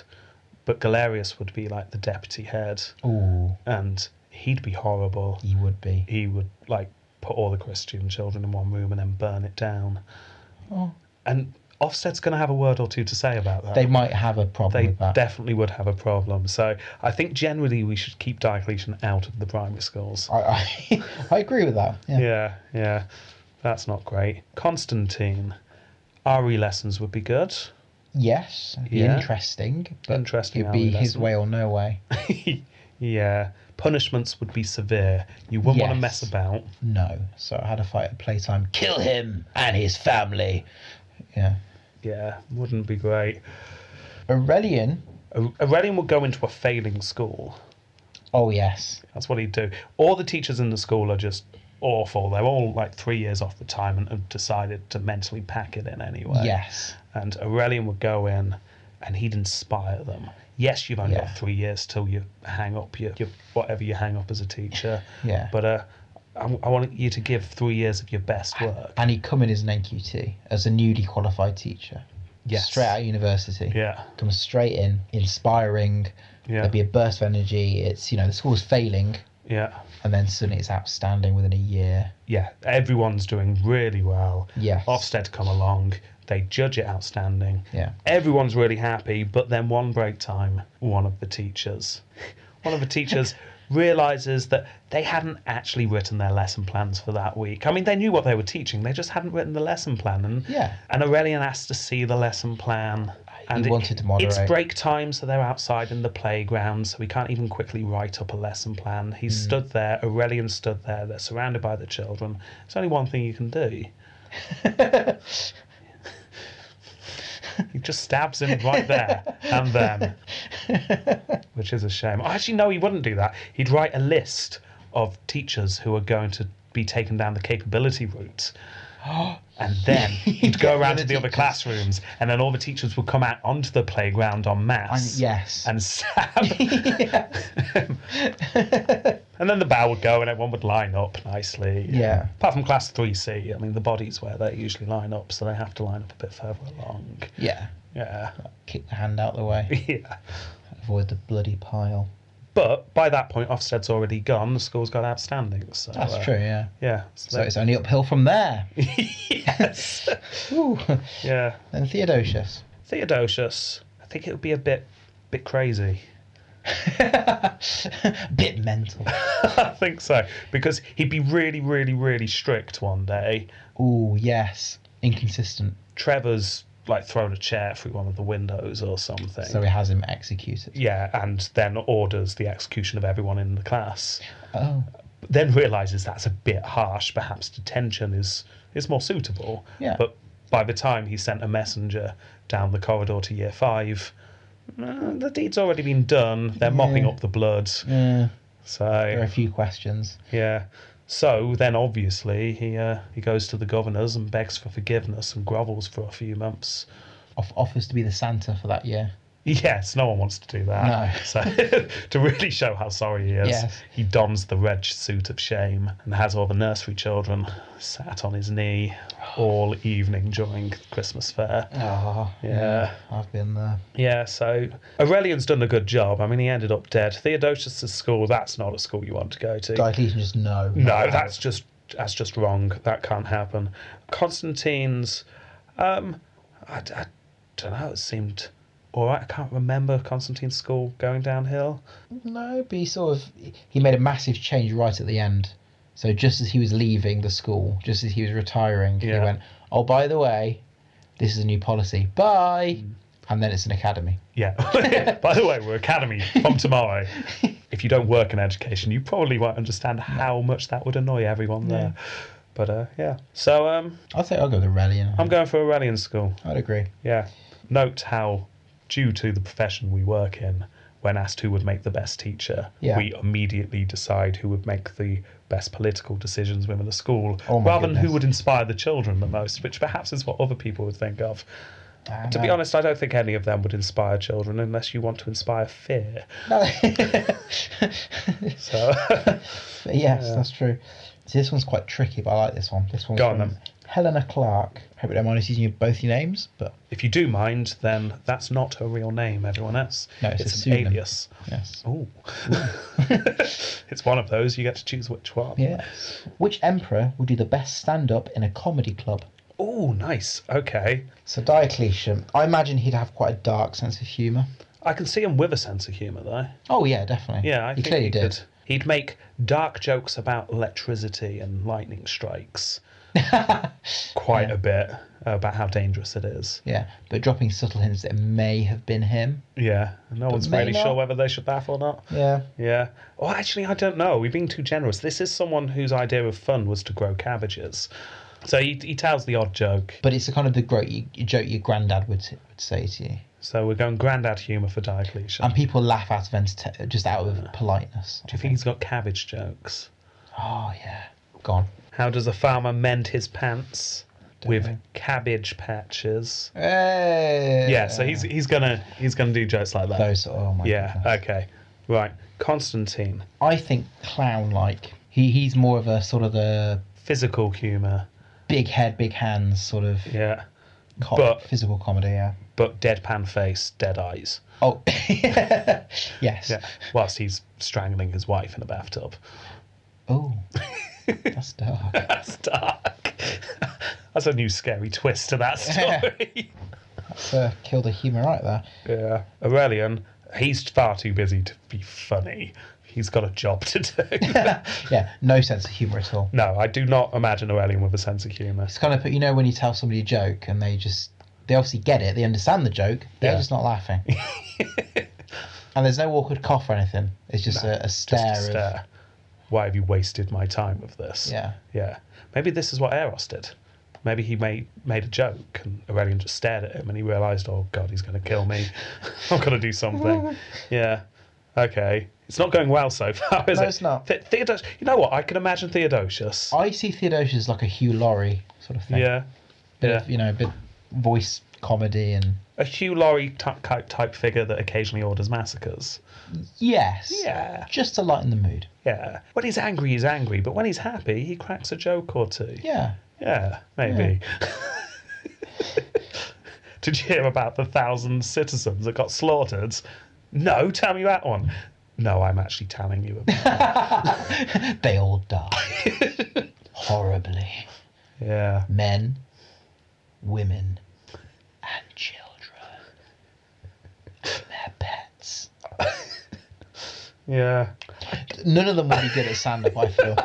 but Galerius would be like the deputy head,
Ooh,
and he'd be horrible.
he would be.
he would like put all the Christian children in one room and then burn it down.
Oh.
And Ofsted's going to have a word or two to say about that.
They might have a problem
They
with that.
definitely would have a problem. So I think generally we should keep Diocletian out of the primary schools.
I, I, I agree with that. Yeah.
Yeah, yeah. That's not great. Constantine. RE lessons would be good.
Yes, it'd be
Yeah.
interesting. But
Interesting
It'd be
how we
his
lesson.
way or no way.
yeah. Punishments would be severe. You wouldn't want to
Yes.
mess about.
No. So I had a fight at playtime. Kill him and his family. Yeah.
Yeah, wouldn't be great.
Aurelian.
Aur- Aurelian would go into a failing school.
Oh yes.
That's what he'd do. All the teachers in the school are just awful. They're all like three years off the time and have decided to mentally pack it in anyway.
Yes.
And Aurelian would go in and he'd inspire them. Yes, you've only
Yeah.
got three years till you hang up your, your whatever you hang up as a teacher.
Yeah.
But uh, I, I want you to give three years of your best work.
Uh, And he'd come in as an NQT, as a newly qualified teacher.
Yes.
Straight out of university.
Yeah.
Comes straight in, inspiring.
Yeah.
There'd be a burst of energy. It's, you know, the school's failing.
Yeah.
And then suddenly it's outstanding within a year.
Yeah. Everyone's doing really well.
Yes.
Ofsted come along. They judge it outstanding.
Yeah.
Everyone's really happy, but then one break time, one of the teachers, one of the teachers realizes that they hadn't actually written their lesson plans for that week. I mean, they knew what they were teaching, they just hadn't written the lesson plan. And
Yeah.
and Aurelian asked to see the lesson plan. And
wanted to moderate.
It's break time, so they're outside in the playground, so we can't even quickly write up a lesson plan.
Hmm.
He stood there, Aurelian stood there, they're surrounded by the children. There's only one thing you can do. he just stabs him right there and then, which is a shame. Oh, Actually, no, he wouldn't do that. He'd write a list of teachers who are going to be taken down the capability route. And then he'd go
Yeah,
around
the
to the other
teachers.
classrooms, and then all the teachers would come out onto the playground en masse.
And- yes.
And stab. and then the bell would go, and everyone would line up nicely.
Yeah.
Apart from class 3C, I mean, the bodies where they usually line up, so they have to line up a bit further along.
Yeah.
Yeah.
Kick the hand out the way.
Yeah.
Avoid the bloody pile.
But by that point, Ofsted's already gone. The school's got outstanding. So,
That's
uh,
true, yeah.
Yeah.
So it's only uphill from there.
yes.
Ooh.
yeah.
Then Theodosius.
Theodosius, I think it would be a bit, bit crazy.
Bit mental.
I think so because he'd be really, really, really strict one day.
Ooh, yes. Inconsistent.
Trevor's like thrown a chair through one of the windows or something.
So he has him executed.
yeah, and then orders the execution of everyone in the class.
Oh.
But then realizes that's a bit harsh. Perhaps detention is is more suitable.
Yeah.
But by the time he sent a messenger down the corridor to year five, uh, the deed's already been done. They're mopping
Yeah.
up the blood.
Yeah.
So
There are a few questions.
Yeah. So then, obviously, he uh, he goes to the governors and begs for forgiveness and grovels for a few months.
Off- offers to be the Santa for that year.
Yes, no one wants to do that.
No.
So to really show how sorry he is,
Yes.
he dons the red suit of shame and has all the nursery children sat on his knee all evening during Christmas fair.
Oh,
Ah, Yeah.
I've been there.
Yeah, so Aurelian's done a good job. I mean, he ended up dead. Theodosius' school, that's not a school you want to go to.
Diocletian just no.
No, that's just that's just wrong. That can't happen. Constantine's, um, I, don't know. It seemed all right. I can't remember Constantine's school going downhill.
No, but he sort of he made a massive change right at the end. So just as he was leaving the school, just as he was retiring, he
Yeah.
went, "Oh, by the way, this is a new policy. Bye." And then it's an academy.
Yeah. By the way, we're academy from tomorrow. if you don't work in education, you probably won't understand how much that would annoy everyone there. But uh, yeah. So um,
I'd say I'll go with Aurelian.
I'm going for Aurelian school.
I'd agree.
Yeah. Note how, due to the profession we work in, when asked who would make the best teacher,
Yeah.
we immediately decide who would make the best political decisions within the school,
Oh my
rather than who
goodness.
would inspire the children the most, which perhaps is what other people would think of.
Ah,
To be
no.
honest, I don't think any of them would inspire children unless you want to inspire fear.
No.
So,
But yes, that's true. See, this one's quite tricky, but I like this one. This one's
Go on,
from
then.
Helena Clark. Hope you don't mind us using your- both your names, but
if you do mind, then that's not her real name, everyone else.
No, it's a
an
pseudonym.
alias.
yes.
Oh. it's one of those, you get to choose which one.
Yes. Which emperor would do the best stand up in a comedy club?
Oh, nice. Okay.
So Diocletian, I imagine he'd have quite a dark sense of humour.
I can see him with a sense of humour, though.
Oh yeah, definitely.
Yeah, I
he
think
clearly
he
did.
Could, he'd make dark jokes about electricity and lightning strikes quite a bit about how dangerous it is.
Yeah, but dropping subtle hints that it may have been him.
Yeah, no one's
may
really
not.
sure whether they should laugh or not.
Yeah.
Yeah. Well, actually, I don't know. We've been too generous. This is someone whose idea of fun was to grow cabbages. So he, he tells the odd joke.
But it's the kind of the gro- you, you joke your granddad would would say to you,
So we're going grandad humour for Diocletian.
and people laugh out of enter- just out of politeness.
Do you think he's got cabbage jokes?
Oh yeah, gone.
How does a farmer mend his pants? with cabbage patches.
Uh, Hey.
Yeah, so he's he's gonna he's gonna do jokes like that.
those. Oh my
yeah. uh,
goodness.
Okay. Right. Constantine.
I think clown-like. He he's more of a sort of the
Physical humor.
big head, big hands sort of
Yeah.
co-
but-
physical comedy. Yeah.
But deadpan face, dead eyes.
Oh. yes.
Yeah. Whilst he's strangling his wife in a bathtub.
Oh. That's dark.
That's dark. That's a new scary twist to that story.
uh, killed a human right there.
yeah. Aurelian, he's far too busy to be funny. He's got a job to do.
Yeah, no sense of humour at all.
no, I do not imagine Aurelian with a sense of humour.
It's kind of put you know when you tell somebody a joke and they just they obviously get it, they understand the joke, they're
Yeah.
just not laughing. and there's no awkward cough or anything. It's just a, a
Just
stare.
a stare. Why have you wasted my time with this?
Of, yeah.
Yeah. Maybe this is what Eros did. Maybe he made made a joke and Aurelian just stared at him and he realised, oh god, he's gonna kill me. I've gotta do something. yeah. Okay. It's not going well so far, is
No,
it?
it's not.
The- Theodos- you know what? I can imagine Theodosius.
I see Theodosius as like a Hugh Laurie sort of thing.
yeah.
Bit
yeah.
of you know, a bit voice comedy and
A Hugh Laurie type, type type figure that occasionally orders massacres.
Yes.
Yeah.
Just to lighten the mood.
Yeah. When he's angry, he's angry, but when he's happy, he cracks a joke or two.
Yeah.
Yeah, maybe. Did you hear about the thousand citizens that got slaughtered? No, tell me that one. No, I'm actually telling you about it.
They all die. Horribly.
Yeah.
men, women, and children, and their pets.
Yeah.
None of them will be good at stand up, I feel.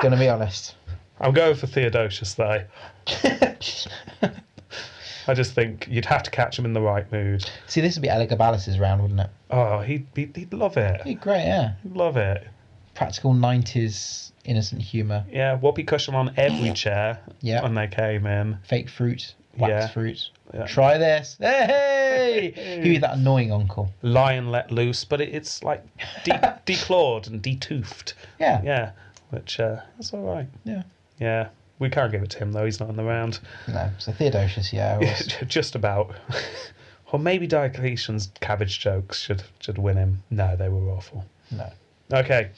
Gonna be honest.
I'm going for Theodosius, though. I just think you'd have to catch him in the right mood.
See, this would be Elagabalus's round, wouldn't it?
Oh, he'd, he'd, he'd love it.
Be great, yeah.
He'd love it.
Practical 90s innocent humour.
Yeah, whoopee cushion on every chair
Yeah.
when they came in.
Fake fruit, wax
Yeah.
fruit.
Yeah.
Try this. Hey! Who is that annoying uncle?
Lion let loose, but it, it's like de- declawed and detoothed.
Yeah.
Yeah, which uh, that's all right.
Yeah.
Yeah, we can't give it to him though. He's not in the round.
No, so Theodosius, yeah. was-
Just about. or maybe Diocletian's cabbage jokes should should win him. No, they were awful.
no.
Okay,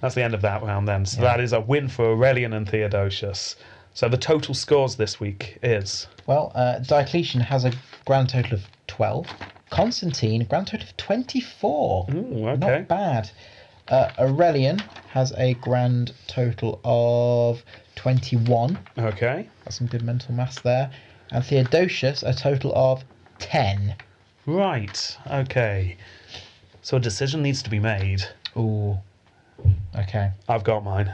that's the end of that round then. So
Yeah.
that is a win for Aurelian and Theodosius. So the total scores this week is
Well, uh, Diocletian has a grand total of 12. Constantine, a grand total of 24.
Ooh, okay.
Not bad. Uh, Aurelian has a grand total of 21.
okay.
Got some good mental mass there. And Theodosius, a total of 10.
Right. Okay. So a decision needs to be made.
Ooh. Okay.
I've got mine.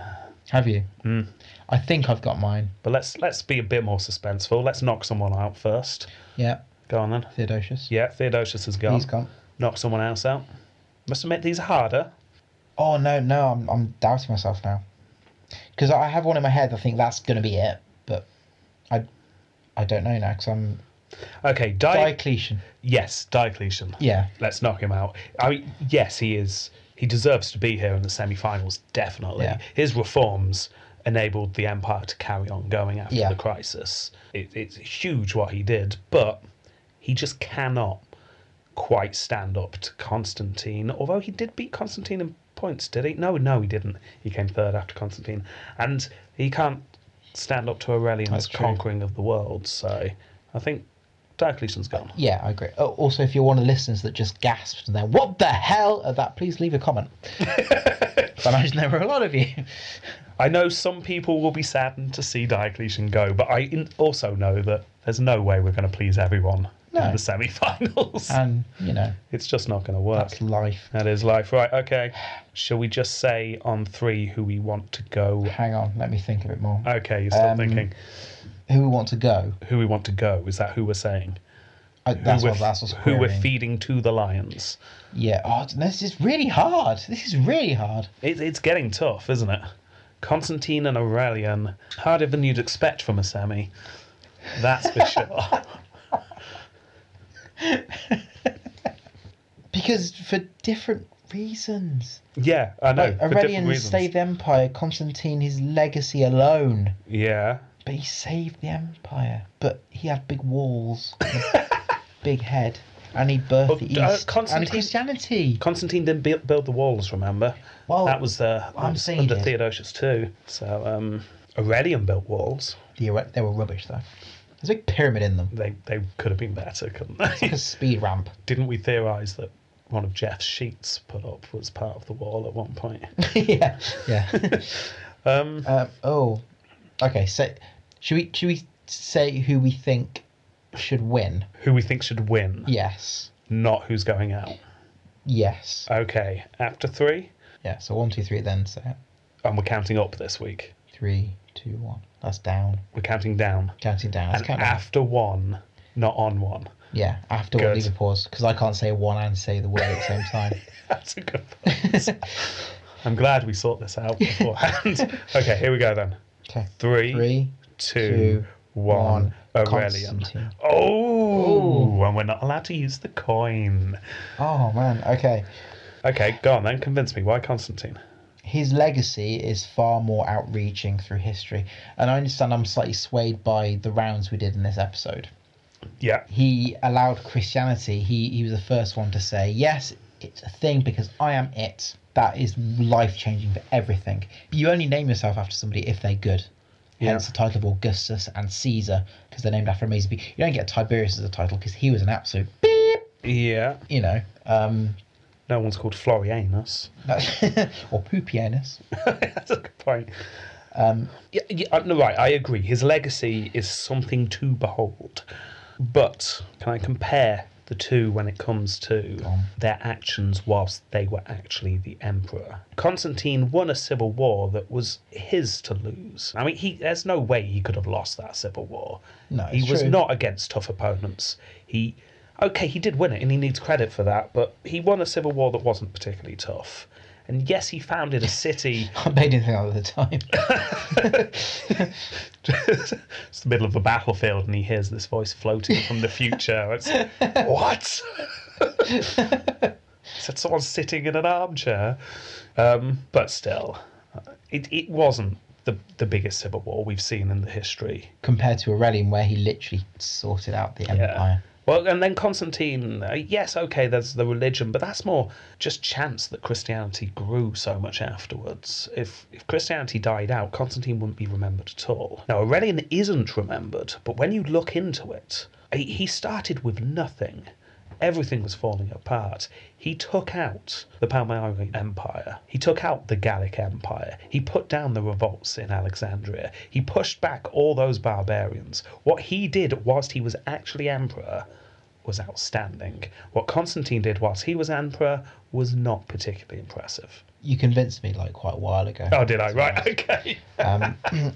Have you?
Hmm.
I think I've got mine.
But let's let's be a bit more suspenseful. Let's knock someone out first.
Yeah,
Go on then.
Theodosius.
Yeah, Theodosius has gone.
He's gone.
Knock someone else out. Must admit these are harder.
Oh, no, no, I'm, I'm doubting myself now. Because I have one in my head, I think that's going to be it. But I I don't know now, because I'm.
Okay, Di-
Diocletian.
yes, Diocletian.
Yeah.
Let's knock him out. I mean, yes, he is. He deserves to be here in the semi-finals. Definitely,
Yeah.
his reforms enabled the empire to carry on going after
Yeah.
the crisis. It, it's huge what he did, but he just cannot quite stand up to Constantine. Although he did beat Constantine in points, did he? No, no, he didn't. He came third after Constantine, and he can't stand up to Aurelian's
That's true.
conquering of the world. So I think Diocletian's gone.
Yeah, I agree. Oh, also, if you're one of the listeners that just gasped and then, what the hell at that, please leave a comment. I imagine there were a lot of you.
I know some people will be saddened to see Diocletian go, but I in- also know that there's no way we're going to please everyone
No.
in the semi finals.
And, you know,
it's just not going to work.
that's life.
That is life. Right, okay. Shall we just say on three who we want to go?
Hang on, let me think a bit more.
Okay, you're still
Um,
thinking
Who we want to go?
who we want to go. Is that who we're saying?
I, that's,
who
what, that's what's
who we're
querying.
feeding to the Lions.
Yeah. Oh, this is really hard. This is really hard.
It, it's getting tough, isn't it? Constantine and Aurelian, harder than you'd expect from a semi. That's for sure.
Because for different reasons.
yeah, I know.
Like,
for different
Aurelian
reasons.
saved the empire, Constantine his legacy alone.
Yeah.
But he saved the empire. But he had big walls, and a big head, and he birthed
But,
the
uh,
East
Constantine-
and Christianity.
Constantine didn't build, build the walls, remember?
Well,
that was, uh,
I'm
that was
saying
under
is-
Theodosius too. So um, Aurelian built walls.
They were, they were rubbish though. There's a big pyramid in them,
They they could have been better, couldn't
like
they?
a speed ramp.
Didn't we theorise that one of Jeff's sheets put up was part of the wall at one point?
yeah, yeah.
Um,
Um, oh, okay. So, should we should we say who we think should win?
who we think should win,
Yes,
not who's going out.
yes,
Okay, after three,
yeah. So one, two, three. Then say it.
and we're counting up this week.
Three, two, one. That's down.
We're counting down.
Counting down. That's
And
count down.
after one, not on one.
yeah, after one,
Good.
leave a pause because I can't say one and say the word at the same time.
That's a good point. I'm glad we sought this out beforehand. okay, here we go then.
Okay.
Three,
Three.
two,
two,
one.
one.
Aurelian.
Constantine.
Oh, and we're not allowed to use the coin.
Oh man. Okay.
Okay, go on then. Convince me. Why Constantine?
his legacy is far more outreaching through history. And I understand I'm slightly swayed by the rounds we did in this episode.
Yeah,
He allowed Christianity, he, he was the first one to say, Yes, it's a thing because I am it. That is life changing for everything. You only name yourself after somebody if they're good.
Yeah.
Hence the title of Augustus and Caesar because they're named after amazing people. You don't get Tiberius as a title because he was an absolute beep,
yeah.
you know. Um,
No one's called Florianus.
or Pupianus.
That's a good point. Um, yeah, yeah, uh, no, right, I agree. His legacy is something to behold. But can I compare the two when it comes to their actions whilst they were actually the emperor? Constantine won a civil war that was his to lose. I mean, he there's no way he could have lost that civil war.
No,
he
it's
was
true.
not against tough opponents. He okay, he did win it, and he needs credit for that. But he won a civil war that wasn't particularly tough. And yes, he founded a city
They didn't think of it at the time.
it's the middle of a battlefield and he hears this voice floating from the future. It's what? it's like someone sitting in an armchair. Um, but still, it, it wasn't the, the biggest civil war we've seen in the history.
compared to Aurelian, where he literally sorted out the
Yeah.
empire.
Well, and then Constantine, uh, yes, okay, there's the religion, but that's more just chance that Christianity grew so much afterwards. If, if Christianity died out, Constantine wouldn't be remembered at all. Now, Aurelian isn't remembered, but when you look into it, he he started with nothing. Everything was falling apart. He took out the Palmyra Empire. He took out the Gallic Empire. He put down the revolts in Alexandria. He pushed back all those barbarians. What he did whilst he was actually emperor was outstanding. What Constantine did whilst he was emperor was not particularly impressive.
You convinced me like quite a while ago.
Oh, did I? Right, okay.
Um,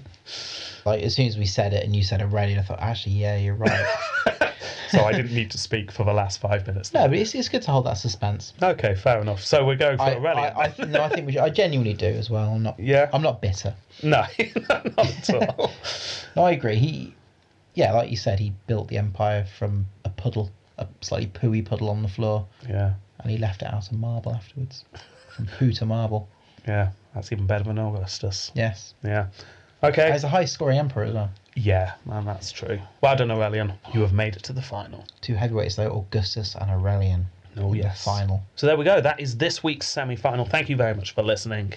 like as soon as we said it and you said Aurelian, I thought actually yeah, you're right.
So I didn't need to speak for the last five minutes.
no, but it's, it's good to hold that suspense.
Okay, fair enough. So we're going for
I,
Aurelian.
I, I, no, I think we should, I genuinely do as well. I'm not.
Yeah.
I'm not bitter.
No, not at all.
No, I agree. He, yeah, like you said, he built the empire from a puddle, a slightly pooey puddle on the floor,
yeah.
and he left it out of marble afterwards, from poo to marble.
Yeah, that's even better than Augustus.
Yes,
Yeah. Okay.
as a high-scoring emperor as well.
Yeah, man, that's true. Well done, Aurelian. You have made it to the final.
Two heavyweights though, Augustus and Aurelian.
Oh,
in the
yes.
final.
So there we go. That is this week's semi final. Thank you very much for listening.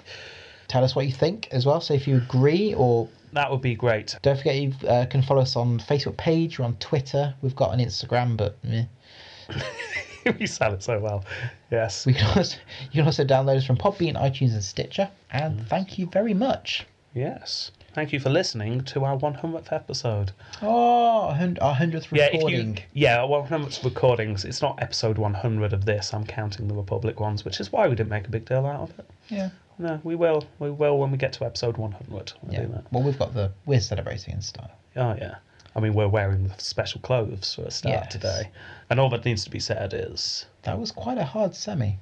Tell us what you think as well. So if you agree, or
That would be great.
don't forget you uh, can follow us on Facebook page or on Twitter. We've got an Instagram, but meh.
we sell it so well. Yes.
we can also you can also download us from Podbean, iTunes, and Stitcher. And thank you very much.
Yes. Thank you for listening to our 100th episode.
Oh, a hun- our hundredth
Yeah, if
recording.
you, yeah, well, how much recordings? It's not episode 100 of this. I'm counting the Republic ones, which is why we didn't make a big deal out of it.
Yeah,
No, we will. We will when we get to episode 100. We'll
yeah.
do that.
Well, we've got the we're celebrating in style.
Oh yeah. I mean, we're wearing the special clothes for a start
Yes.
today, and all that needs to be said is
That was quite a hard semi.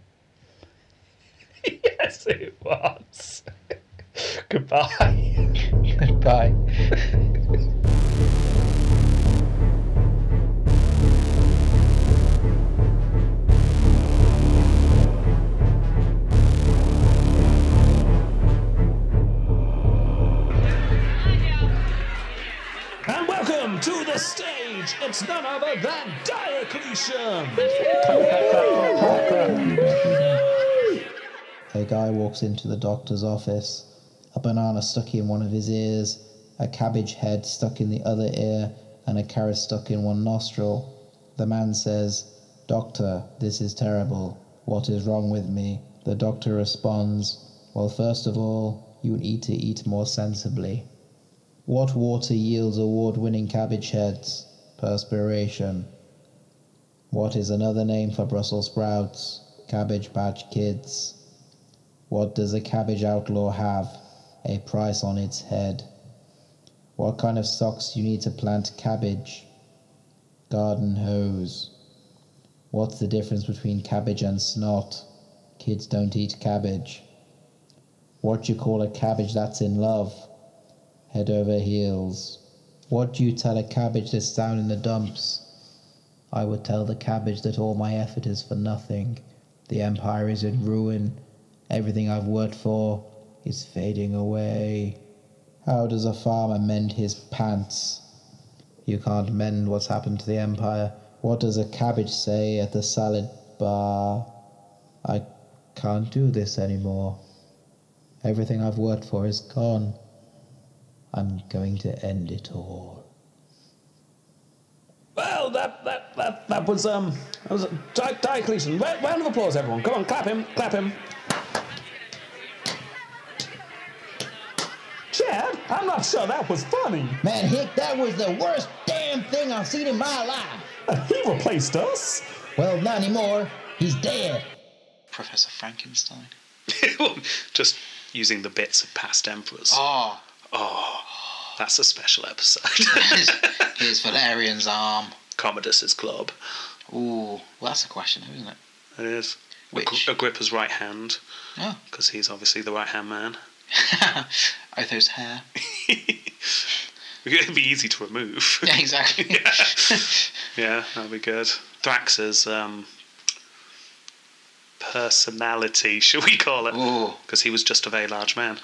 yes, it was. Goodbye.
Goodbye.
It's none other than Diocletian!
A guy walks into the doctor's office, a banana stuck in one of his ears, a cabbage head stuck in the other ear, and a carrot stuck in one nostril. The man says, Doctor, this is terrible. What is wrong with me? The doctor responds, Well, first of all, you need to eat more sensibly. What water yields award winning cabbage heads? Perspiration. What is another name for Brussels sprouts? Cabbage patch kids. What does a cabbage outlaw have? A price on its head. What kind of socks you need to plant cabbage? Garden hose. What's the difference between cabbage and snot? Kids don't eat cabbage. What you call a cabbage that's in love? Head over heels. What do you tell a cabbage that's down in the dumps? I would tell the cabbage that all my effort is for nothing. The empire is in ruin. Everything I've worked for is fading away. How does a farmer mend his pants? You can't mend what's happened to the empire. What does a cabbage say at the salad bar? I can't do this anymore. Everything I've worked for is gone. I'm going to end it all.
Well, that that that that was um, that was Di- Diocletian. Ra- round of applause, everyone. Come on, clap him, clap him. Chad, I'm not sure that was funny.
Man, Hick, that was the worst damn thing I've seen in my life.
He replaced us.
Well, not anymore. He's dead.
Professor Frankenstein.
Just using the bits of past emperors.
Ah,
That's a special episode.
here's, here's Valerian's arm.
Commodus's club.
Ooh, well, that's a question, isn't it?
It is.
Which?
Agri- Agrippa's right hand,
Oh,
because he's obviously the right hand man.
Otho's hair.
It'd be easy to remove.
Yeah, exactly.
yeah, that'd be good. Thrax's um, personality, shall we call it?
Ooh,
Because he was just a very large man.